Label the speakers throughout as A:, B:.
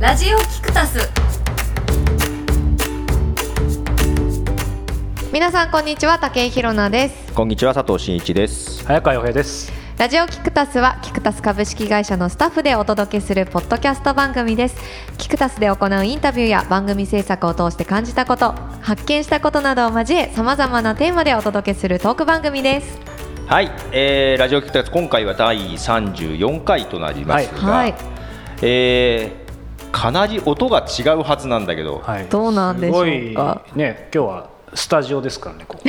A: ラジオキクタス
B: 皆さんこんにちは武井宏奈です
C: こんにちは佐藤真一です。
D: 早川洋平です。
B: ラジオキクタスはキクタス株式会社のスタッフでお届けするポッドキャスト番組ですキクタスで行うインタビューや番組制作を通して感じたこと発見したことなどを交え様々なテーマでお届けするトーク番組です
C: はい、えー、ラジオキクタス今回は第34回となりますが、
B: はい
C: えーかなり音が違うはずなんだけど、
D: はい。
B: どうなんでしょうか
D: すごいね、今日はスタジオですからね。 ここ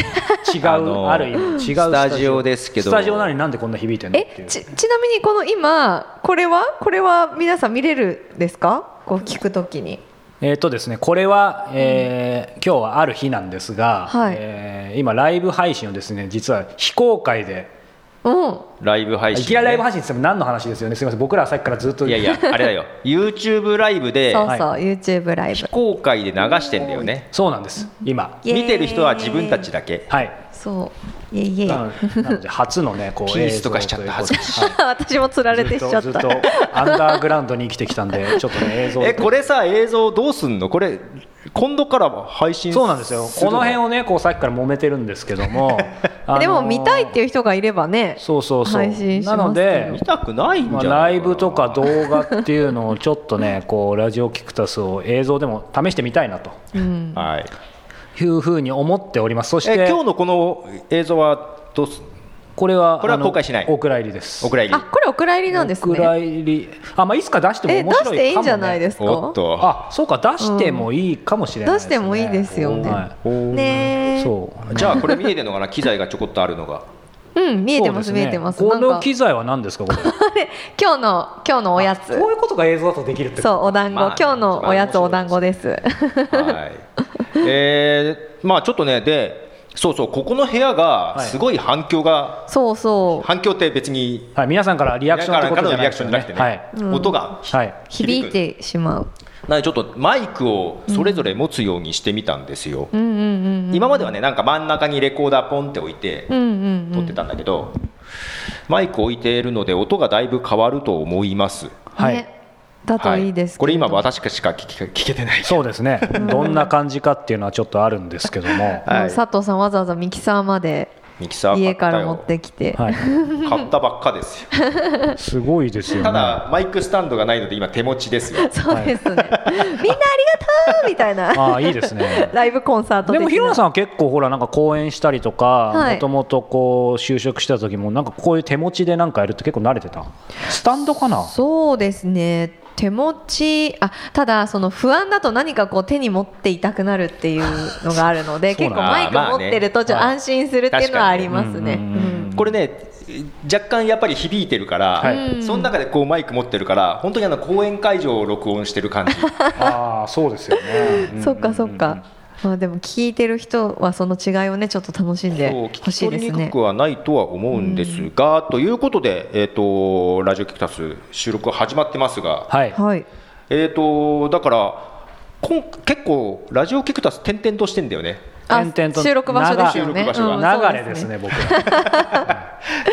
D: 違う、
C: あ
D: あ
C: のー
D: る意味違う
C: スタジオですけど
D: スタジオなのになんでこんな響いてんのってい
B: え
D: う。
B: ちちなみにこの今これはこれは皆さん見れるんですかこう聞くときに
D: えっ、とですね、これは、えー今日はある日なんですが、
B: はい
D: えー今ライブ配信をですね、実は非公開で。
B: うん
C: ライブ配
D: い
C: 信、
D: きなりライブ配信って言っても何の話ですよね。すみません、僕らはさっきからずっと。
C: いやいやあれだよ、YouTube ライブで
B: そうそう、
D: は
B: YouTube ライブ
C: 非公開で流してんだよね。
D: そうなんです。今。
B: イエーイ
C: 見てる人は自分たちだけ。
D: はい。
B: そうイエイイエイ
D: なのなので初のね、こう
C: ピースとかしちゃった恥ずか
D: し い。
B: 私も釣られてしちゃっ
D: ずったとずっとアンダーグラウンドに生きてきたんで、ちょっとね映像
C: えこれさ映像どうすんの？これ今度から配信
D: そうなんですよ。この辺
C: を
D: をね、こうさっきから揉めてるんですけど も、あのー
B: でも見たいっていう人がいればね
D: そうそうそう。
B: 配信します
D: なの
C: 見
D: で、
C: たくないんじゃないか
D: まあ
C: な
D: ライブとか動画っていうのをちょっとね、 こうラジオキクタスを映像でも試してみたいなと
B: うん、
C: はい。
D: いうふうに思っております。そし
C: え
D: て
C: 今日のこの映像はどうす？
D: これは
C: これは
D: あの
C: 公開しない
D: お蔵入りです。
C: お蔵入り
B: あ。これお蔵入りなんです
D: お蔵
B: ね
D: 入り。あ、まあいつか出しても
B: え出
D: 面白いか
B: し
D: も、ね。
B: ていいんじゃないですか
C: おっと。
D: あ、そうか出してもいいかもしれないですね、
B: うん出してもいいですよね
D: は
B: ね
D: い
B: え
D: そう。
C: じゃあこれ見えてるのかな機材がちょこっとあるの が
B: うん見えてます
D: そうで
B: 見えてます
D: こ
B: なん
D: の
B: か
D: 機材は何ですかこれ。
B: 今日の今日のおやつ
D: こういうことが映像だとできるって
B: そうお団子、
C: まあ
B: 今日のおやつお団子です
C: はいえー、まあちょっとねでそうそうここの部屋が
D: はい
C: すごい反響が、
B: そうそう
C: 反響って別に
D: はい、皆さんからリアクションってことじゃないですよね。
C: 皆からのリアクションじゃなくてね、音が、
D: はい。はい。
B: 響いてしまう
C: なのでちょっとマイクをそれぞれ持つようにしてみたんですよ、
B: うんうんうん
C: 今まではねなんか真ん中にレコーダーポンって置いて
B: うんうんう
C: 撮っ
B: ん
C: てたんだけど、マイク置いているので音がだいぶ変わると思います
D: はい
B: ねだといいですけど、
C: これ今私しか聞け聞けてない
D: そうです ね。どんな感じかっていうのはちょっとあるんですけども。
C: はい
B: 佐藤さんわざわざミキサーまで
C: ミキサー買ったよ
B: 家から持ってきて、
D: はい。
C: 買ったばっかですよ
D: すごいですよね。
C: ただマイクスタンドがないので今手持ちですよ
B: そうですね、 みんなありがとうみたいな
D: ああいいですね
B: ライブコンサート的
D: で
B: な
D: もひろなさんは結構ほらなんか講演したりとか
B: はい
D: もともとこう就職してた時もなんかこういう手持ちでなんかやるって結構慣れてたスタンドかな
B: そうですね手持ちあただその不安だと何かこう手に持っていたくなるっていうのがあるので
D: そう
B: 結
D: な
B: 構
D: んだ
B: マイク
C: まあ
B: 持ってるとちょっと
C: まあ
B: 安心するっていうのはありますね。
D: 確かに
B: う
D: ね
B: ん
C: これね若干やっぱり響いてるから、
D: はい
C: その中でこうマイク持ってるから本当にあの公演会場を録音してる感じ
D: ああそうですよ ね
B: そっかそっか、まあ、でも聞いてる人はその違いをねちょっと楽しんで
C: そう聞
B: ほ
C: き
B: しい
C: 取
B: で
C: り
B: す
C: にく
B: ね
C: く。はないとは思うんですが、ということで、えー、とラジオキクタス収録始まってますが、
D: はい
B: はい、
C: えー、とだからこん結構ラジオキクタス転々としてんだよね
B: あ
D: 点々と
B: 収録場所ですよね。
C: 収録場所が
B: うん
D: 流れです。ね僕ら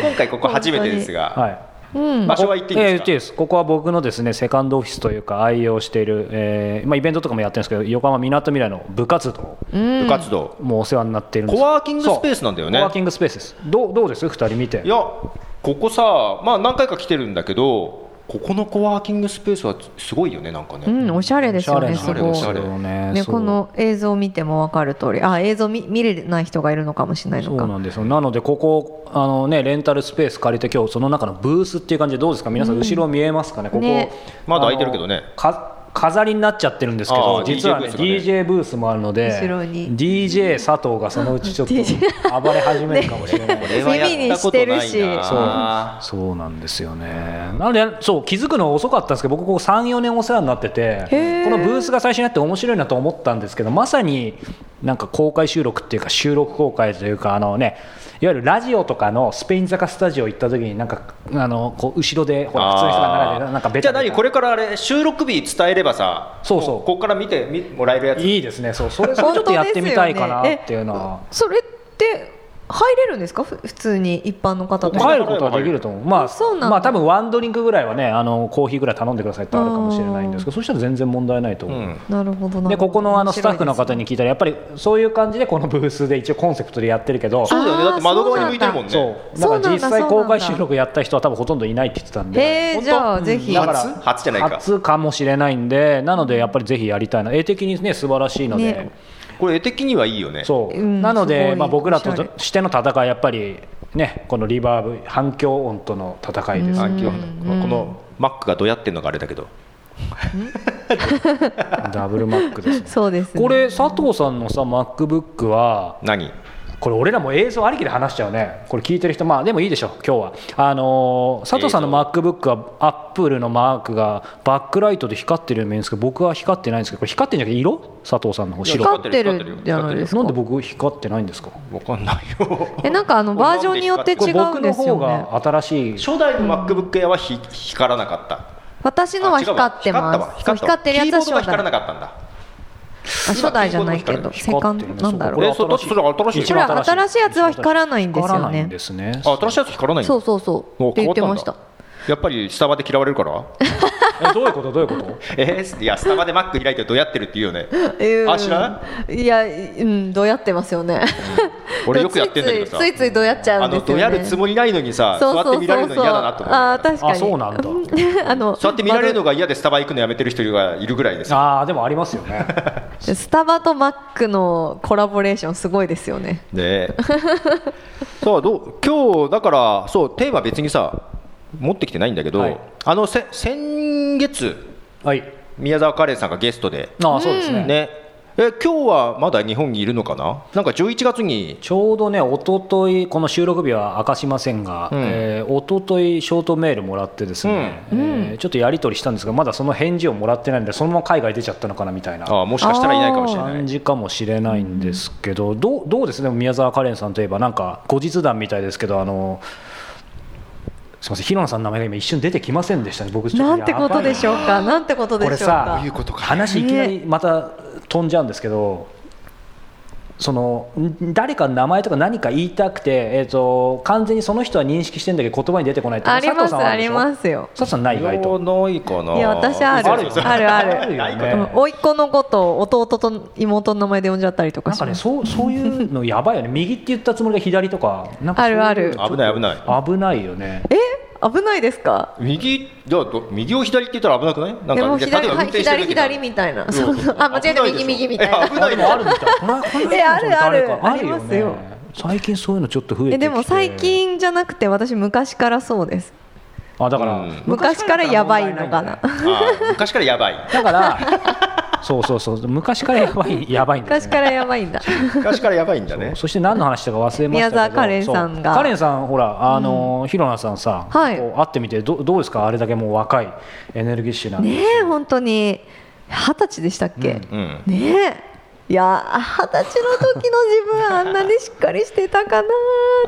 C: 今回ここ初めてですが
D: は
B: そうで
D: い
B: すね
C: 場所は言っていいん
D: ええ
C: ですか
D: 言っていいですここは僕のですねセカンドオフィスというか愛用している、えーまあ、イベントとかもやってるんですけど横浜みなとみらいの部活動
C: 部活動、
D: もうお世話になっているんです
C: コワーキングスペースなんだよね
D: そうコワーキングスペースですどうどうです2人見て
C: いやここさまあ何回か来てるんだけどここのコワーキングスペースはすごいよねなんかね、
B: うん、うん、おしゃれですよね、
D: お
B: す
D: しゃれ
B: ご
D: なん
B: い
D: です。よね
B: ね、
D: そう
B: この映像を見ても分かる通り、あ、映像見見れない人がいるのかもしれない
D: そ
B: の
D: う
B: か。
D: なんですよなのでここあの、ね、レンタルスペース借りて今日その中のブースっていう感じでどうですか皆さん後ろ見えますかね、ここ
B: ね
C: まだ開いてるけどね
D: あのか飾りになっちゃってるんです
C: あ
D: けど
C: ー
D: 実はね
C: DJ
D: DJ ブースもあるので
B: 後ろに
D: DJ 佐藤がそのう ちちょっと暴れ始めるかもしれない、
C: 俺はやったことないな
B: 耳にしてるし
C: あ
D: そうなんですよね。なのでそう気づくの遅かったんですけど僕ここ34年お世話になってて
B: へー
D: このブースが最初にあって面白いなと思ったんですけどまさになんか公開収録っていうか収録公開というかあのねいわゆるラジオとかのスペイン坂スタジオ行った時になんかあのこう後ろでほら普通の人が流れてなんかベ
C: じゃ
D: タ
C: あ何これからあれ収録日伝えればさ
D: そうそう
C: もここから見てみもらえるやつ
D: いいですねそうそれそれちょっとやってみたいかなっていうのは、
B: それって入れるんですかふ普通に一般の方と
C: は
B: か
C: い
D: 入ることはできると思う、まあ、
B: そうなんだ
D: まあ多分ワンドリンクぐらいはねあのコーヒーぐらい頼んでくださいってあるかもしれないんですけどそしたら全然問題ないと思う、
C: うん
B: なるほどな
D: で
B: るほど
D: ここのあの
B: 面
D: ス
B: 白
D: タ
B: い
D: ッフの方に聞いたらやっぱりそういう感じでこのブースで一応コンセプトでやってるけど
C: そうだよねだって窓側に向いてるもんね
D: そう
B: そうな
D: だ
B: んだ
D: から実際
B: そうなん
D: 公
B: だ
D: 開収録やった人は多分ほとんどいないって言ってたん
B: ですね
D: で
B: へえ
C: 本当
B: じゃあぜ
C: うん
B: ひ
D: だから
C: 初初じゃないか
D: 初かもしれないんでなのでやっぱりぜひやりたいな絵的にね素晴らしいので、
B: ね
C: これ絵的にはいいよね
D: そ
B: う
D: う、
B: ん
D: なの
B: すご
D: で、
B: い
D: まあ、僕ら
B: おしゃれ
D: としての戦いやっぱりねこのリバーブ反響音との戦いです、
C: あ
D: だ
C: 今日
B: う
C: こ
B: ん
C: のこのマックがどうやってんのかあれだけど
D: ダブルマックですね
B: そうですね
D: これ佐藤さんのさ MacBook は
C: 何
D: これ俺らも映像ありきで話しちゃうねこれ聞いてる人まあでもいいでしょ今日はあのー佐藤さんの MacBook はアップルのマークがバックライトで光ってるように見えるんですけど僕は光ってないんですけどこれ光ってんじゃなくて色佐藤さんの方白
B: 光ってるじゃないです
D: な
B: か
D: んで僕光ってないんですか
C: わかんないよ
B: えなんかあのバージョンによって違
D: これ
B: うん
D: 僕の
B: です
D: 方
B: よね
D: が新しい
C: 初代の MacBook Air はひ光らなかった
B: 私のは光ってます
C: あ違うわ光った
B: そう光
C: わ
B: ってるやつは
C: キーボード
B: 初代
C: が光らなかったんだ
B: あ初代じゃないけどセ
D: 光
B: カ
D: っ
B: ン
D: て
B: ド
D: るね
B: なんだ
D: そうこ
B: ろ
D: れ
B: う
C: えそうだってそれ新しい
D: 一番
B: これ新しいやつは光らないんですよね
D: 光らないんですね
C: あ新しいやつ光らないんだ
B: そうそうそう
C: も
B: って言って
C: 変わ
B: ま
C: っ
B: したた
C: んだやっぱりスタバで嫌われるから
D: えどういうことどういう こと
C: えーいやスタバで Mac 開いてどうやってるって言うよねあ知らない
B: いやうんどうやってますよね
C: 俺よくやってんだけどさ
B: ついついついどうやっちゃう
C: あ
B: んで
C: の
B: すよ
C: ど
B: ね
C: やるつもりないのにさ
B: そう
C: 座
B: そう
C: って見られるの
B: そうそう
C: 嫌だなと思う
B: あー確かに
D: あそうなんだ
B: あの
C: 座って見られるのが嫌でスタバ行くのやめてる人がいるぐらいです
D: ああでもありますよね
B: スタバとマックのコラボレーションすごいですよね
C: ねえ そうどう今日だからそうテーマ別にさ持ってきてないんだけど、
D: はい
C: あのせ先月
D: はい
C: 宮沢カレンさんがゲストで
D: ああそうですね、
C: ねえ今日はまだ日本にいるのかななんか11月に
D: ちょうどね、一昨日この収録日は明かしませんが、
C: うん
D: えー一昨日ショートメールもらってですね、えーちょっとやり取りしたんですが、まだその返事をもらってないんで、そのまま海外出ちゃったのかなみたいな
C: あもしかしたらいないかもしれない
D: 感じかもしれないんですけど、どうどうですね、宮沢カレンさんといえば、なんか後日談みたいですけど、あのすみません、平野さんの名前が今、一瞬出てきませんでしたね、僕、ちょっ
B: なんてことで
D: ょ
B: しょうかなんてことで
D: これ
B: しょうか
D: さ話いきなりまた飛んじゃうんですけど、そのん誰かの名前とか何か言いたくて、えー、と完全にその人は認識してんだけど言葉に出てこないって
B: ありますあり
D: す
B: ますよ
D: 佐藤さんない意外と
C: ないかない
B: や私ある
D: あるよね
B: あるある
D: よね
B: うん甥っ子の子と弟と妹の名前で呼んじゃったりとか
D: なん
B: し
D: かね
B: ます
D: そうそういうのやばいよね右って言ったつもりが左とかなんかそういう
B: ある
C: ある危ない危ない
D: 危ないよね
B: え危ないですか
C: 右じゃあど右を左って言ったら危なくないなんか
B: でも
C: じゃあ
B: 左
C: 例えば
B: はい
C: 運転してる
B: 左
C: 時とか
B: 左みたいなそんなあ間違えた
C: 危ないでし
B: 右右
C: ょ
B: みたいな
C: え危ない
D: でもあるみたいこのこの間の
B: えあるある
D: 誰か
B: あ
D: あるよ
B: ります
D: ね
B: よ
D: 最近そういうのちょっと増えてき
B: え
D: て
B: でも最近じゃなくて私昔からそうです
D: あだから、
C: うん
B: 昔からやばいのかな
C: あー昔からやばい
D: だからそうそうそう昔からやばいやばいんです
B: 昔
D: よね
B: からやばいん だ
C: 昔からやばいんだね
D: そして何の話だか忘れましたけど
B: 宮沢カレンさんが
D: そうカレンさんほらあのヒロナさんさ、
B: はい
D: こう会ってみてどどうですかあれだけもう若いエネルギッシュな、
B: ねえ本当に二十歳でしたっけ、
C: うん
B: ねえいやー二十歳の時の自分あんなにしっかりしてたかな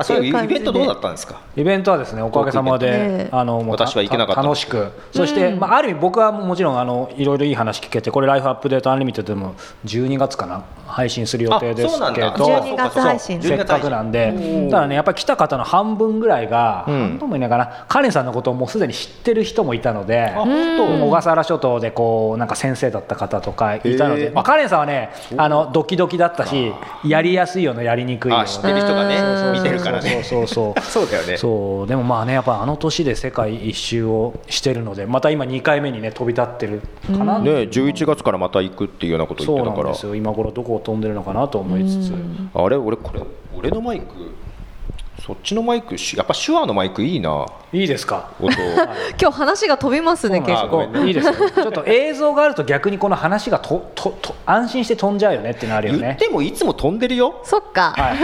C: あ
B: ーって
C: そう
B: い
C: いううイ
B: 感じ
C: ベ
B: で
C: ントどうだったんですか
D: イベントはですねおかげさまで、
B: ねえ
D: あのもう
C: 私は行けなかった
D: 楽しくそして、まあ、ある意味僕はもちろんあのいろいろいい話聞けてこれ「ライフアップデートアンリミテッド」でも12月かな配信する予定です
C: あそうなん
D: けど
C: だ
B: 12月配信
C: そう
D: せ
C: 12
D: っ
C: 月
D: か
C: 配信
D: くなんで、ただね、やっぱり来た方の半分ぐらいが、
C: うん
D: 半分もいないかな、カレンさんのことをもうすでに知ってる人もいたので、
C: 本当
D: 小笠原諸島でこうなんか先生だった方とかいたの
C: へ
D: で、
C: ー
D: まあ、カレンさんはね、あのドキドキだったし、やりやすいような、やりにくいよう
C: あ
D: な。
C: 知ってる人がね見てるからね
D: そうそうそう
C: そうだよ ね
D: そうでもまあねやっぱあの年で世界一周をしてるのでまた今2回目にね飛び立ってるかな、
C: ね11月からまた行くっていうようなこと言
D: そ
C: っ
D: う
C: て
D: な
C: たか
D: んです
C: ら
D: よ今頃どこを飛んでるのかなと思いつつ、
C: あれ俺これ俺のマイクそっちのマイクしやっぱ手話のマイクいい ない
D: いですか
C: 音
B: 今日話が飛びますね結
C: あご
B: 構
C: めんね
D: いいですよちょっと映像があると逆にこの話がととと安心して飛んじゃうよねってなるよ
C: 言
D: ね
C: っ。てもいつも飛んでるよ
B: そっか
D: はい、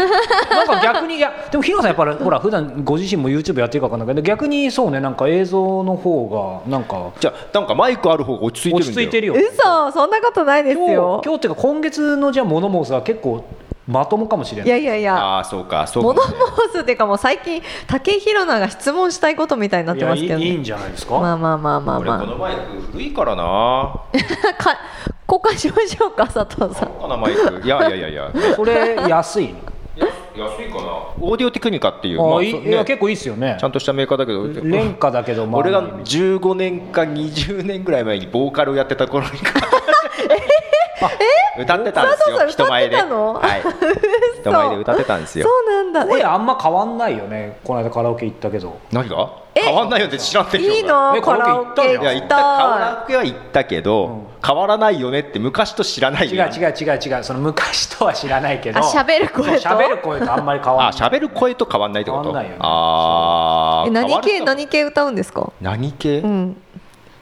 D: なんか逆にいやでもヒロさんやっぱりほら普段ご自身も YouTube やってるか分かんないけど逆にそうねなんか映像の方がなんか
C: じゃあなんかマイクある方が落ち着いてるんだよ
D: 落ち着いてるよ
B: 嘘そんなことないです
D: 今日
B: よ
D: 今日っていうか今月のじゃあモノモースは結構まともかもしれない
B: いやいやいや
C: ああそうかそう
B: モノ
C: か
B: モースっていうかもう最近武井宏奈が質問したいことみたいになってますけど
D: いやいいいい
B: ね
D: んじゃないですか、
B: まあまあまあまあ
C: 俺こ
B: ま
C: のマイク古いからな
B: あか交換しましょうか佐藤さん
C: このマイクいやいやいやいや
D: それ安いの
C: や安いかオーディオテクニカっていう
D: あ
C: まあ
D: いい
C: そう
D: い
C: ね
D: や結構いいですよね
C: ちゃんとしたメーカーだけど
D: 廉価だけどまあ
C: 俺が15年か20年ぐらい前にボーカルをやってた頃に 歌ってたんです
B: 佐藤
C: よ
B: さん
C: 人前で
B: 歌ってたの
C: はい人前で歌ってたんですよ
B: そうなんだ
D: 声あんま変わんないよねこの間カラオケ行ったけど
C: 何が変わんないよって知らんでしょうが
B: いいの
D: え
B: カラオケ
D: カラオケ行ったじゃん
B: 行
C: い
B: き
C: や行った
B: たい
C: カラオケは行ったけど、変わらないよねって昔と知らない
D: 違う
C: よね
D: 違う違う違うその昔とは知らないけど
B: あ喋る声と
D: そう喋る声とあんまり変わ
C: あ
D: んない
C: 喋る声と変わんないってこと
D: 変わんないよね
C: あー
B: え何系
C: 変わる人
B: 何系歌うんですか
C: 何系、
B: うん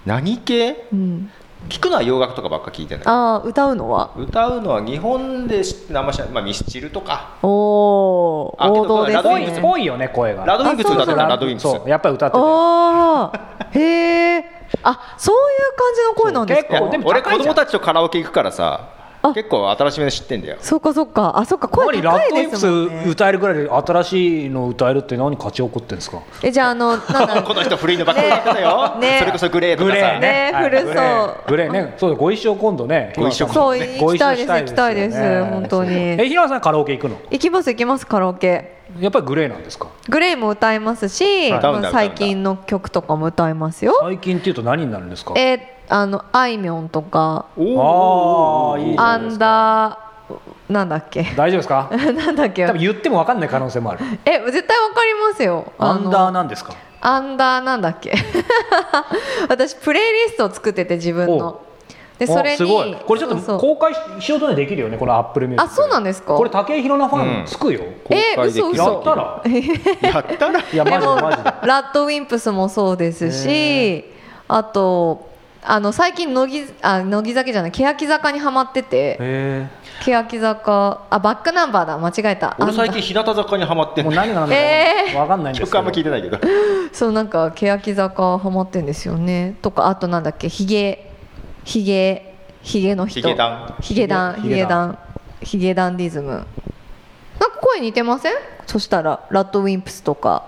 C: 何系
B: うん
C: 聞くのは洋楽とかばっか聞いてない
B: ああ歌うのは
C: 歌うのは日本で知ってるあんま知らない、まあ、ミスチルとか
B: おお
C: あけ
B: 王
C: ど
B: 道です
C: ラドウ
D: ぽ
C: ィング
D: い
C: ス
B: ね
D: ぽいよね声が
C: ラドウィングス歌ってた
B: あ
C: ラドウィングス
D: そうやっぱり歌ってたよ
B: ああへえあそういう感じの声なんです
C: いや
D: そう
B: か
D: でも
C: 俺
D: 高いじゃ
C: 子供
D: ん
C: たちとカラオケ行くからさ
B: あ
C: 結構新しめで知ってんだよ
B: そうかそうかあそうか声
D: 何ラ
B: 高
D: ッドウィ
B: いで
D: ンプ
B: すもん
D: ス
B: ね
D: 歌えるぐらいで新しいの歌えるって何勝ち怒ってんですか
B: えじゃああのなんだ
C: この人古いのばっかりやってたよ、
B: ねね
C: それこそグレーと
D: グ
C: か
D: レ
C: さ
D: ーね
B: ね古そう
D: グレーねそうご一緒今度ね
C: ご一緒
B: そう
C: ね
B: 行きたいです行きたいです
D: よね
B: 本当に
D: え平野さんカラオケ行くの
B: 行きます行きますカラオケ
D: やっぱりグレーなんですか
B: グレイも歌いますし、
C: 歌う
B: まあ
C: んだ歌うんだ
B: 最近の曲とかも歌いますよ
D: 最近っていうと何になるんですか
B: えあのあいみょんとか
C: お
D: あーいいじゃ
B: ア
D: な
B: ン
D: いで
B: ダーな
D: すか
B: んだっけ
D: 大丈夫ですか
B: なんだっけ
D: 多分言っても分かんない可能性もある
B: え絶対わかりますよ
D: ア
B: あの
D: ンダーなんですか
B: アンダーなんだっけ 私プレイリストを作ってて自分のでそれ
D: あ
B: に
D: すごいこれちょっ
B: そ
D: と
B: うそう
D: 公開しようとねできるよねこのアップルミュージッ
B: あ
D: ク
B: そうなんですか
D: これ武井宏奈ファンつくよ、
C: 公開
B: え嘘
C: できる
D: や
B: 嘘
D: ったら
C: やったら
D: いやマジ
B: で
D: で
B: も
D: マ ジで
B: ラッドウィンプスもそうですしあとあの最近乃木あ乃木酒じゃない欅坂にはまってて
D: へ
B: 欅坂あバックナンバーだ間違えた
C: 俺最
B: あ
C: 近日向坂にハマって
D: え
C: ん
D: もう
C: の
D: 何が何
B: え
D: だか分かんないんですけ
C: 曲
D: ど
C: あんま聞いてないけど
B: んだそうなんか欅坂はまってんですよねとかあとなんだっけヒゲヒゲヒゲの人
C: ヒゲダ
B: ヒゲダン
D: ヒ
B: ヒ
D: ゲ
B: ゲダンヒゲダンディズムなんか声似てませんそしたらラッドウィンプスとか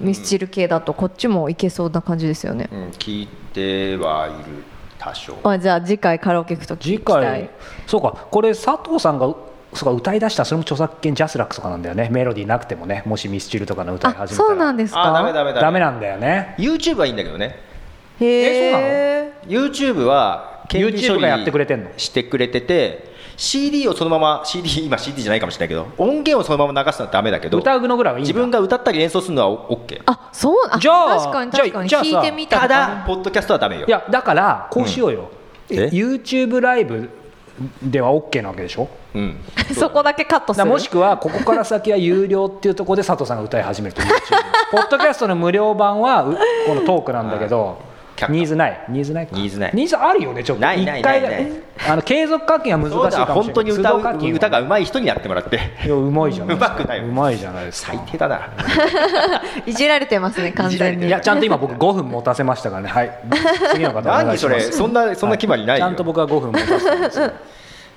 B: ミスチル系だとこっちもいけそうな感じですよね、
C: うん、聞いてはいる多少
B: あじゃあ次回カラオケ行くと聞
D: 次
B: きたい
D: 回そうかこれ佐藤さんがそうか歌い出したらそれも著作権ジャスラックとかなんだよねメロディーなくてもねもしミスチルとかの歌い
B: あ
D: 始めたら
B: そうなん
D: で
B: です
C: あ
B: か
C: ダメダメダメ
D: ダメなんだよね
C: YouTube はいいんだけどね
B: へえ
D: え
C: YouTube は権利処
D: YouTube
C: 理
D: がやってくれてんの
C: してくれてて CD をそのまま CD 今 CD じゃないかもしれないけど音源をそのまま流すのはダメだけど
D: 歌うのぐらいはいいんだ
C: 自分が歌ったり演奏するのは OK
B: あそうあ
D: じゃあ
B: 確かに確かに
D: じゃあ
B: 弾
D: じゃあさ
B: いてみた
C: た
B: とかね
C: だポッドキャストはダメよ
D: いやだからこうしようよ、
C: うん
D: え
C: え
D: YouTube ライブでは OK なわけでしょ
C: うん
B: そこだけカット
D: だ
B: す
D: から
B: る
D: もしくはここから先は有料っていうところで佐藤さんが歌い始める と YouTube ポッドキャストの無料版はうこのトークなんだけど
C: 却下
D: ニーズないニーズないか
C: ニーズない
D: ニーズあるよねちょっと
C: ないないないない
D: 一回あの継続課金は難し
C: そう
D: い
C: だ
D: かもし
C: 本当
D: れ
C: に
D: ない
C: 歌
D: 通常課
C: う
D: 金は
C: 歌が上手い人にやってもらって
D: いやうまいじゃないですか
C: うまくないよ
D: うまいじゃないですか
C: 最低だない
B: じられてますね完全
D: い
B: に
D: やちゃんと今僕5分持たせましたからねはい次 の方お願いしま
C: 何そ
D: す
C: れそんなそんな決まりない
D: ち
C: よ、
D: ゃんと僕は5分持たせたんです よ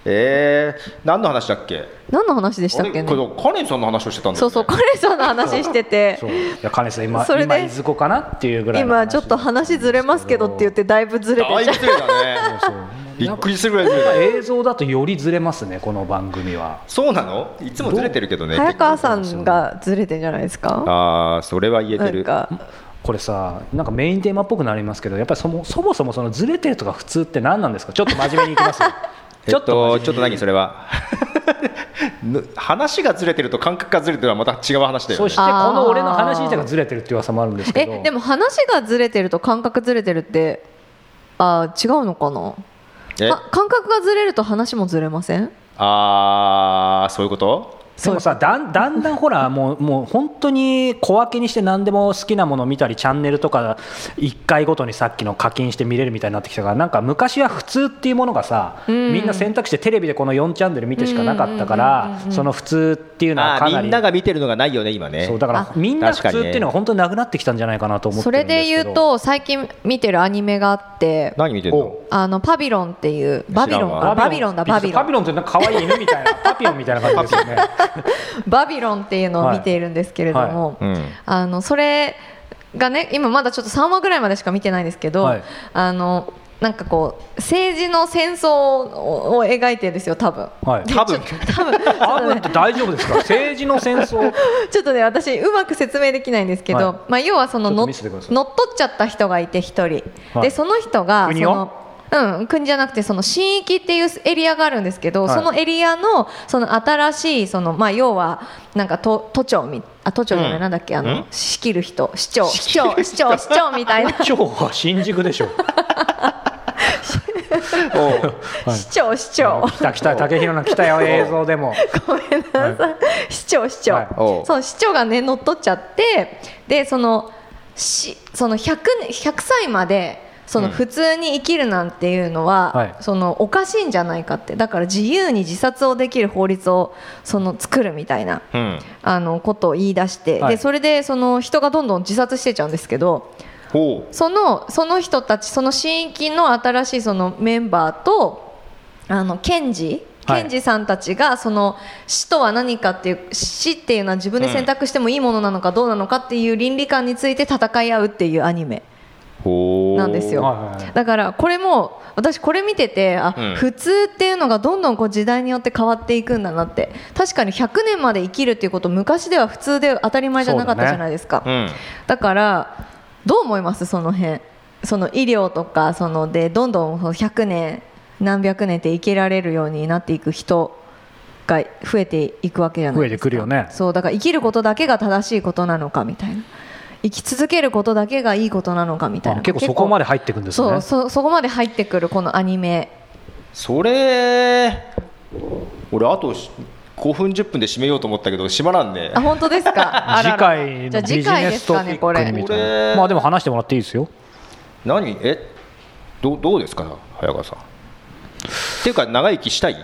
C: えー、何の話だっけ
B: 何の話でしたっけ
C: 俺
B: ね
C: これカレンさんの話をしてたんだよね
B: そうそうカレンさんの話して て
D: そういや金さん今
B: それで
D: 今いずこかなっていうぐらいの話
B: 今ちょっと話ずれますけどって言ってだいぶずれて
C: だい
B: ちゃ
C: ぶ
B: う
C: ずれだ ねびっくりするぐらいずれた
D: 映像だとよりずれますねこの番組は
C: そうなのいつもずれてるけどね
B: 早川さんがずれてんじゃないですか
C: ああそれは言え
B: な
C: て
B: ん
C: る
B: か
D: これさなんかメインテーマっぽくなりますけどやっぱりそもそもそもそのずれてるとか普通って何なんですかちょっと真面目にいきますよ
C: えっとちょっ
D: 真面
C: と
D: 目に
C: 何それ はぬ話がずれてると感覚がずれてるのはまた違う話だよ
D: そ
C: ね
D: してこの俺の話自体がずれてるって噂もあるんですけど
B: えでも話がずれてると感覚ずれてるってあー違うのかな
C: え
B: か感覚がずれると話もずれません
C: ああそういうこと
D: でもさだんだんだんほらもうもう本当に小分けにして何でも好きなもの見たりチャンネルとか1回ごとにさっきの課金して見れるみたいになってきたからなんか昔は普通っていうものがさ、
B: ん
D: みんな選択してテレビでこの4チャンネル見てしかなかったから、その普通っていうのは
C: あ
D: か
C: ー
D: な
C: み
D: り
C: んなが見てるのがないよね今ね
D: そうだから
B: あ
D: みんな
C: 確
D: 普
C: か
D: 通っ
C: にね
D: ていうのは本当になくなってきたんじゃないかなと思って
B: そ
D: る
B: れ
D: んで
B: です
D: けど
B: 言うと最近見てるアニメがあって
C: 何見てんの
D: お
B: あのパビロンっていうバビロン
C: 知らん
B: か
C: わ
B: バビロンだバビロ
D: パビ
B: ン
D: ロンってなんか可愛い犬みたいなパピロンみたいな感じですよ ね
B: バビロンっていうのを見ているんですけれども、
C: うん、
B: あのそれがね今まだちょっと3話ぐらいまでしか見てないんですけど、
D: はい
B: あのなんかこう政治の戦争をを描いてるんですよ多分
D: はい
C: 多分
B: 多分ちょっ
D: あ
B: とね
D: って大丈夫ですか政治の戦争
B: ちょっとね私うまく説明できないんですけど、
D: はい
B: まあ要はその
D: ちょっと
B: の乗
D: 見
B: っ
D: せてください
B: 取っちゃった人がいて一人、
D: はい
B: でその人が
D: 国
B: そ
D: を
B: のうん、国じゃなくてその新域っていうエリアがあるんですけど、
D: はい
B: そのエリアのその新しいその、まあ、要はなんか都都庁みあ都庁じゃない、
C: うん
B: なんだっけあの、
C: うん
B: 仕切る人市長市長市長市長みたいな
D: 今日は新宿でしょ はい
B: 市長市長
D: 来た来た竹広の来たよ映像でも
B: ごめんなさい、 市長市長、
D: はい
C: おう
B: そう市長がね乗っ取っちゃってでそのしその 100, 100歳までその
C: うん
B: 普通に生きるなんていうのは、
D: はい
B: そのおかしいんじゃないかってだから自由に自殺をできる法律をその作るみたいな
C: うん
B: あのことを言い出して、
D: はい
B: でそれでその人がどんどん自殺してっちゃうんですけど
C: ほ
B: そのその人たちその新域の新しいそのメンバーとあの検事
D: はい
B: 検事さんたちがその死とは何かっていう死っていうのは自分で選択してもいいものなのかどうなのかっていう倫理観について戦い合うっていうアニメ
C: うほう
B: なんですよ
D: はいはいはい
B: だからこれも私これ見ててあ、
C: うん
B: 普通っていうのがどんどんこう時代によって変わっていくんだなって確かに100年まで生きるっていうこと昔では普通で当たり前じゃなかったじゃないですか。
C: うん
B: だからどう思いますその辺その医療とかそのでどんどんその100年何百年って生きられるようになっていく人が増えていくわけじゃないですか
D: 増えてくるよね
B: そうだから生きることだけが正しいことなのかみたいな生き続けることだけがいいことなのかみたいな
D: あ結構そこま
B: で
D: で入ってくんです
B: そ
D: ね
B: うそそこまで入ってくるこのアニメ
C: それ俺あと5分10分で締めようと思ったけど締まらんね
B: あ本当です かあら
D: 次
B: ら
D: 回
B: じゃ
D: の
B: あ
D: ビ
B: 次
D: ジ
B: 回
D: ネ
B: で
D: ス
B: す
D: ト
B: か
D: ピ
B: ね
D: ッ
B: こ
D: ク
B: れ
D: みたい
C: こ
D: な
C: れ
D: まあでも話してもらっていいですよ
C: 何えどうどうですか早川さんっていうか長生きしたい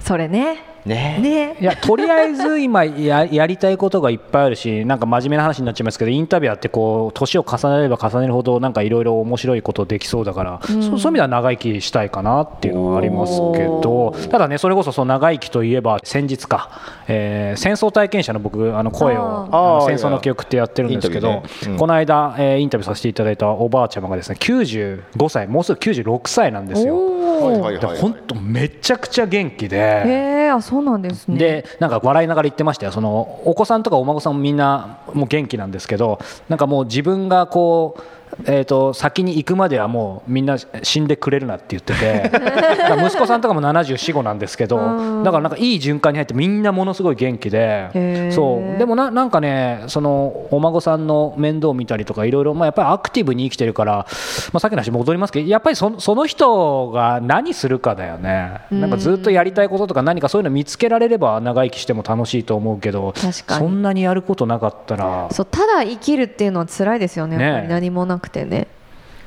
B: それね
C: ね
B: ね
D: いやとりあえず今ややりたいことがいっぱいあるしなんか真面目な話になっちゃいますけどインタビュアーってこう年を重ねれば重ねるほどなんかいろいろ面白いことできそうだから、そそういう意味では長生きしたいかなっていうのはありますけど
B: お
D: ただねそれこそその長生きといえば先日か、えー戦争体験者の僕あの
B: あ
D: 声をあ
B: ー
D: の
C: あー
D: 戦争の記憶ってやってるんですけ
C: イン
D: ど、
C: タビューねうん
D: この間、えーインタビューさせていただいたおばあちゃまがですね95歳もうすぐ96歳なんですよ。
B: お
C: はい
B: ー
C: はいはいはい
D: 本当めちゃくちゃ元気で。
B: へえあそうなんですね
D: でなんか笑いながら言ってましたよそのお子さんとかお孫さんもみんなもう元気なんですけどなんかもう自分がこう、えー、と先に行くまではもうみんな死んでくれるなって言って てだから息子さんとかも745なんですけど
B: うん
D: だからなんかいい循環に入ってみんなものすごい元気
B: へ
D: で
B: ー
D: そうでもななんかねそのお孫さんの面倒を見たりとかいろいろまあやっぱりアクティブに生きてるから、まあ、さっきの話戻りますけどやっぱりそその人が何するかだよね。なんかずっとやりたいこととか何かそういうの見つけられれば長生きしても楽しいと思うけど
B: 確かに
D: そんなにやることなかったら
B: そうただ生きるっていうのは辛いですよね
D: ねえ
B: やっぱり何もなくてね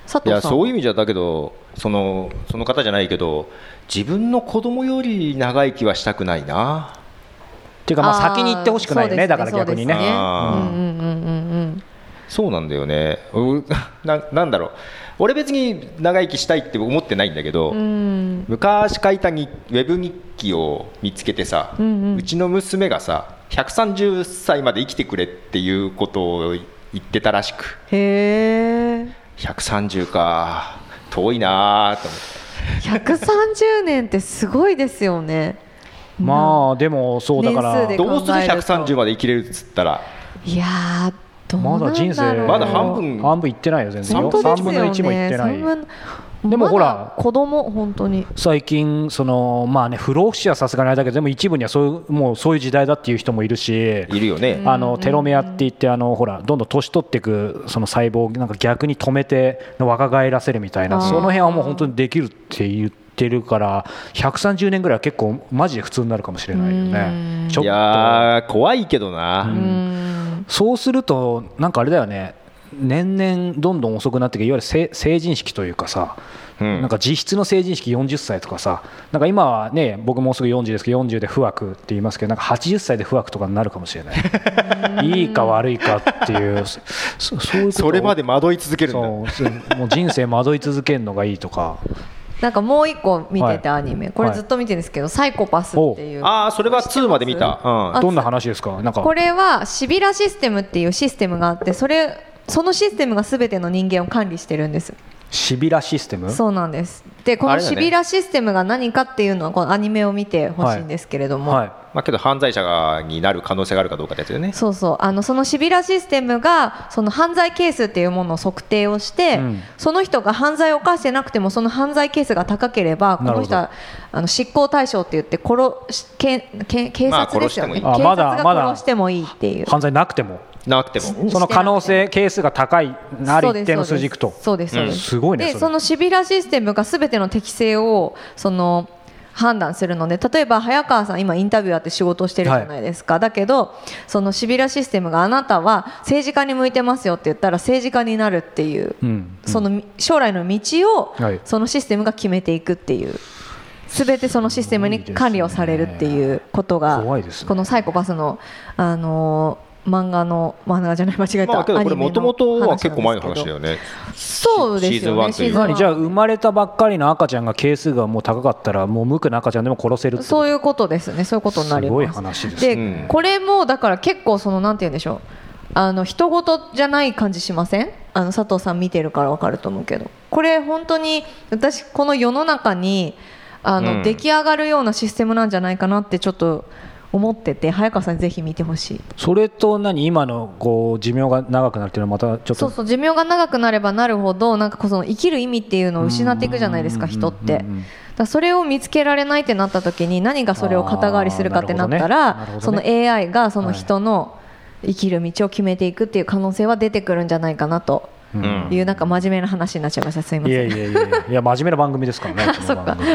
B: 佐
C: い
B: 藤
C: や
B: さ
C: そ
B: ん
C: ういう意味じゃだけどそのその方じゃないけど自分の子供より長生きはしたくないな
D: っていうかまあ
B: あー
D: 先に行ってほしくないよね
B: そうですね
D: だから逆にね
B: そうですねうん
C: あ
B: うんうんうん
C: ーそうなんだ よねうななんだろう俺別に長生きしたいって思ってないんだけど、
B: うんうん
C: 昔書いたにウェブ日記を見つけてさ、う
B: うんうん
C: ちの娘がさ130歳まで生きてくれっていうことを言ってたらしく
B: へえ
C: 130か遠いなーと思って
B: 130年ってすごいですよね
D: まあでもそうだから
B: 年数で
C: どうする
B: 考えると
C: 130まで生きれるっつったら
B: いやーどうな
D: ま
B: んだろう
D: だ人生
C: まだ半分
D: 半分いってないよ全然
B: 本
D: よ
B: 当です
D: 3分
B: よ
D: の
B: ね
D: 1もいってない
B: 三分
D: でもほら
B: まだ子供本当に
D: 最近そのまあね不老不死はさすがにあれだけどでも一部にはそういうもうそういう時代だっていう人もいるし。
C: いるよね、
D: あのテロメアって言ってあのほらどんどん年取っていくその細胞をなんか逆に止めて若返らせるみたい
B: あ
D: な
B: ー
D: その辺はもう本当にできるって言ってるから130年ぐらいは結構マジで普通になるかもしれないよねちょっ
C: い
D: と
C: やー怖いけどな、
B: うん
D: そうするとなんかあれだよね年々どんどん遅くなっていくいわゆる成成人式というかさ
C: うん
D: なんか実質の成人式40歳とかさなんか今はね僕もうすぐ40ですけど40で不惑って言いますけどなんか80歳で不惑とかになるかもしれない いいか悪いかっていうそそそういうこと
C: それまで惑い続けるんだ
D: そうそうもう人生惑い続けるのがいい とか
B: なんかもう一個見てて
D: は
B: アニメこれずっと見てるんですけどサイコパスっていう
C: ああそれは2まで見た、うん
B: あ
D: どんな話ですかなんか
B: これはシビラシステムっていうシステムがあってそれそのシステムが全ての人間を管理してるんです
D: シビラシステム
B: そうなんですでこ
C: あ
B: の
C: れだね
B: シビラシステムが何かっていうのはこのアニメを見てほしいんですけれども、
D: はい
C: まあ、けど犯罪者がになる可能性があるかどうかってやつよね
B: そうそうあのそのシビラシステムがその犯罪ケースっていうものを測定をして、
D: うん
B: その人が犯罪を犯してなくてもその犯罪ケースが高ければこ
D: なるほ
B: の
D: ど
B: 人はあの執行対象って言って殺しけけ警
C: まあ
B: 察ですよね、
D: 殺してもいい
B: 警
D: あま
B: 察
D: だまだ
B: が殺してもいいっていう。
D: 犯罪なくても
C: なくても
D: その可能性係数が高いある一定の数軸と
B: そうですそうですそうです、
D: うんすごいねそ
B: で
D: れ
B: そのシビラシステムがすべての適性をその判断するので例えば早川さん今インタビュアーって仕事をしてるじゃないですか、だけどそのシビラシステムがあなたは政治家に向いてますよって言ったら政治家になるっていう、
D: うん
B: その将来の道を
D: はい
B: そのシステムが決めていくっていう。すべてそのシステムに管理をされるっていうことが、
D: 怖いですね
B: このサイコパスの、あのー漫画の漫画じゃない間違え
C: ま
B: た、
C: あけどこれ
B: アニメ
C: も
B: の
C: ともとは結構前の
B: なんです
C: 話
B: け
C: だ
B: ど
C: よね
B: そうですよね。
C: シーズンワンという
B: ワン
D: 何じゃあ生まれたばっかりの赤ちゃんが係数がもう高かったらもう無垢な赤ちゃんでも殺せるってこと
B: そういうことですね。そういうことになります。
D: すごい話です
B: で、
C: うん
B: これもだから結構そのなんて言うんでしょう。あの人事じゃない感じしません。あの佐藤さん見てるからわかると思うけど、これ本当に私この世の中にあの、
C: うん
B: 出来上がるようなシステムなんじゃないかなってちょっと思ってて、早川さんぜひ見てほしい。
D: それと何今のこう寿命が長くなるっていうのはまたちょっ
B: そう
D: と
B: そう寿命が長くなればなるほどなんかこうその生きる意味っていうのを失っていくじゃないですか
D: うん
B: 人ってだ
D: う
B: か
D: んうんうん
B: らそれを見つけられないってなった時に何がそれを肩代わりするかってなった
D: あーな
B: ら、
D: るほどねなるほ
B: そ
D: ど
B: の
D: ね
B: AI がその人の生きる道を決めていくっていう可能性は出てくるんじゃないかなと
D: う
C: う
D: ん
C: ん
B: いうなんか真面目な話になっちゃいましたすいま
D: いや
B: せん
D: いやいやいやいや真面目な番組ですから ねこの番組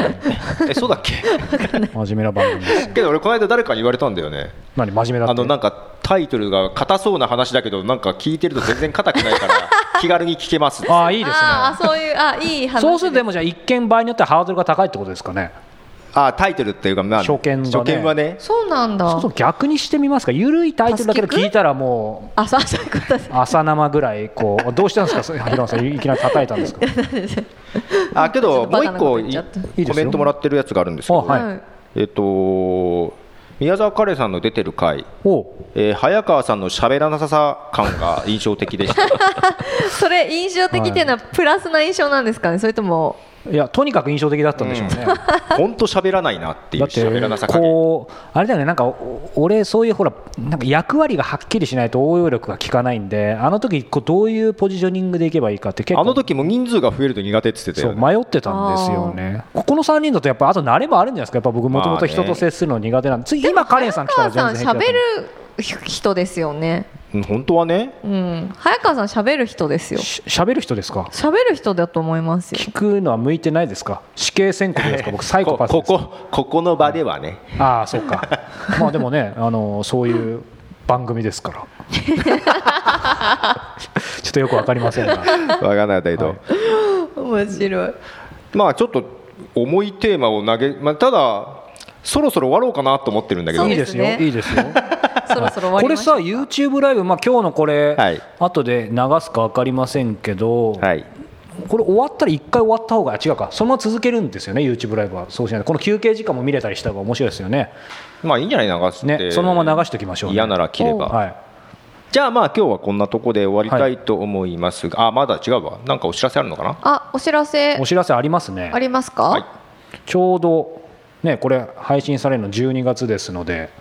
C: えそうだっけ
D: 真面目な番組ですよ
C: けど俺この間誰かに言われたんだよね
D: 何真面目だって
C: あのなんかタイトルが硬そうな話だけどなんか聞いてると全然硬くないから 気軽に聞けます
D: ああいいですね
B: あーあそういうあいい話
D: そうするとでもじゃあ一見場合によってはハードルが高いってことですかね
C: あタイトルっていうか、まあ、
D: 初見はね
C: 初見はね
B: そうなん
D: ちょ
B: だ
D: っと逆にしてみますか緩いタイトルだけど聞いたらも
B: あそうそういうことです
D: う朝生ぐらいこうどうしたんですかそれ平野さんいきなり叩いた んですか
C: あけ
B: ちょっと
C: ども
B: バ
C: う
B: カ
C: 一
B: なこと
C: 個
B: 言っ
C: い
B: ちゃった
D: いいですよ
C: コメントもらってるやつがあるんですけど、
D: あはい
C: えっと宮沢カレーさんの出てる回
D: おう
C: えー早川さんの喋らなささ感が印象的でした
B: それ印象的っていうのはプラスな印象なんですかねそれとも
D: いやとにかく印象的だったんでしょうね、
C: 本当喋らないなっていう
D: だって
C: 喋らなさ加減
D: こうあれだよねなんかお俺そういうほらなんか役割がはっきりしないと応用力が効かないんであの時こうどういうポジショニングでいけばいいかって結構
C: あの時も人数が増えると苦手って言ってた
D: そ
C: よ
D: う
C: ね
D: 迷ってたんですよねここの3人だとやっぱあと慣れもあるんじゃないですかやっぱ僕もともと人と接するの苦手なんで、次今カレンさん来たら
B: 早川
D: 全然
B: さん
D: 平気だと
B: 喋
D: 思う
B: る人ですよね
C: うん本当はね
B: うん早川さん喋る人ですよ
D: し喋る人ですか
B: 喋る人だと思いますよ
D: 聞くのは向いてないですか死刑宣告ですか僕サイコ
C: こ
D: パスで
C: こ
D: す
C: こここの場ではね、
D: ああそうかまあでもねあのそういう番組ですから ちょっとよくわかりませんが
C: わからないけど、
D: はい
B: 面白い
C: まあちょっと重いテーマを投げ、まあ、ただそろそろ終わろうかなと思ってるんだけど
B: そう
D: いい
B: で
D: ですす
B: ね
D: よいいですよ
B: そろそろ終わ
D: こ
B: りま
D: れ
B: しょ
D: さ
B: う
D: YouTube ライブ、まあ、今日のこれ、
C: はい
D: 後で流すか分かりませんけど、
C: はい
D: これ終わったら一回終わった方が違うかそのまま続けるんですよね YouTube ライブはそうしないとこの休憩時間も見れたりした方が面白いですよね
C: まあいいんじゃない流して、
D: ねそのまま流しておきましょうね
C: 嫌なら切れば、
D: はい、
C: じゃあまあ今日はこんなとこで終わりたいと思いますが、あまだ違うわなんかお知らせあるのかな
B: あお知らせ
D: お知らせありますね
B: ありますか、
C: はい
D: ちょうどねこれ配信されるの12月ですので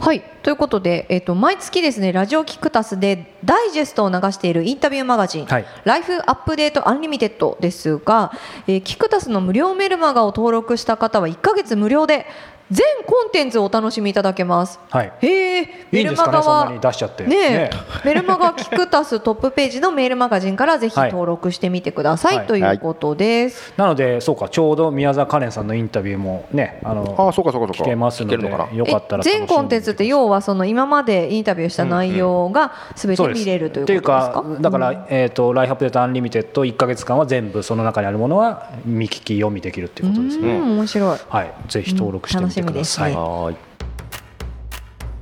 B: はい、ということで、えっと毎月ですねラジオキクタスでダイジェストを流しているインタビューマガジン「
D: はい
B: ライフアップデートアンリミテッド」ですが、えーキクタスの無料メルマガを登録した方は1ヶ月無料で全コンテンツをお楽しみいただけます。
D: はい
B: へえ
D: い
B: メ
D: いん
B: ル
D: です
B: マ
D: か
B: ガ
D: ねそん
B: は
D: なに出しちゃって
B: ねえ
D: ね
B: メルマガはキクタストップページのメールマガジンからぜひ
D: はい
B: 登録してみてください、
D: はい
B: ということです。
D: なのでそうかちょうど宮沢カレンさんのインタビューもねあの
C: あそうかそうかそうか
D: 聞けますの
C: 聞けるのかな
D: でよかった
B: え
D: ら楽しんで
B: 全コンテンツって要はその今までインタビューした内容がすべて
D: そうです
B: 見れるということですか。
D: っていうかだから、えっ、とライフアップデートアンリミテッド1か月間は全部その中にあるものは見聞き読みできるっていうことですね。
B: うん、面白い。
D: はい、ぜひ登録し
B: うん
D: てみてください。
B: 楽しみですね
C: はーい。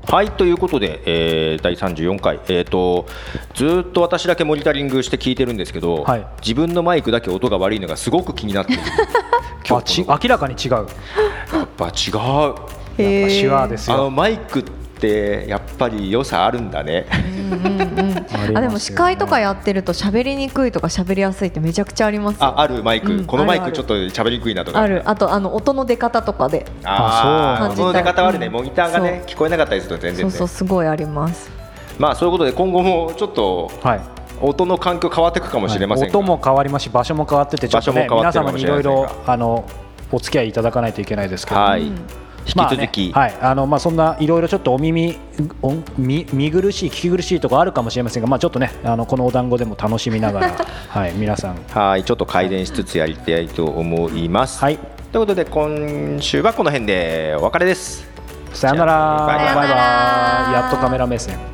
C: はいということで、えー、第34回、えー、とずーっと私だけモニタリングして聞いてるんですけど、
D: はい
C: 自分のマイクだけ音が悪いのがすごく気になっている今
D: あ
C: 日
D: ち
C: こ
D: 明らかに違う。
C: のやっぱ違う
D: やっぱシュワーです
C: あの
D: よ。
C: マイクってってやっぱり良さあるんだね。
D: ますよね
B: あでも司会とかやってると喋りにくいとか喋りやすいってめちゃくちゃありますよ
C: ああるマイク、
B: うん
C: このマイ
B: あるある
C: クちょっと喋りにくいなとか
B: あるあとあの音の出方とかで
C: あ
B: あ
C: あ
B: そう
C: その出方はあるね、
B: うん
C: モニターがね聞こえなかったりすると全然
B: そう
C: ね
B: そうすごいあります
C: まあそういうことで今後もちょっと
D: はい
C: 音の環境変わっていくかもしれませんが、
D: 音も変わりますし場所も変わっててちょっと、ね、
C: 場所も変わってるか
D: 皆様
C: も
D: に
C: し
D: い
C: れま
D: ろ
C: せん
D: い
C: が
D: ろあのお付き合いいただかないといけないですけど、
C: はい、
B: うん
C: 引き
D: まあ
C: 続き、
D: ねはいあのまあ、そんないろいろちょっとお耳お見見苦しい聞き苦しいところあるかもしれませんが、まあ、ちょっとねあのこのお団子でも楽しみながら、 はい、皆さん
C: はい、ちょっと改善しつつやりたいと思います。
D: はい
C: ということで今週はこの辺でお別れです。
D: さよなら
C: じゃあ
D: バ
C: バ
D: イ
C: イ
D: バ
C: バ
D: イ
B: さよ
C: イ
B: なら
D: やっとカメラ目線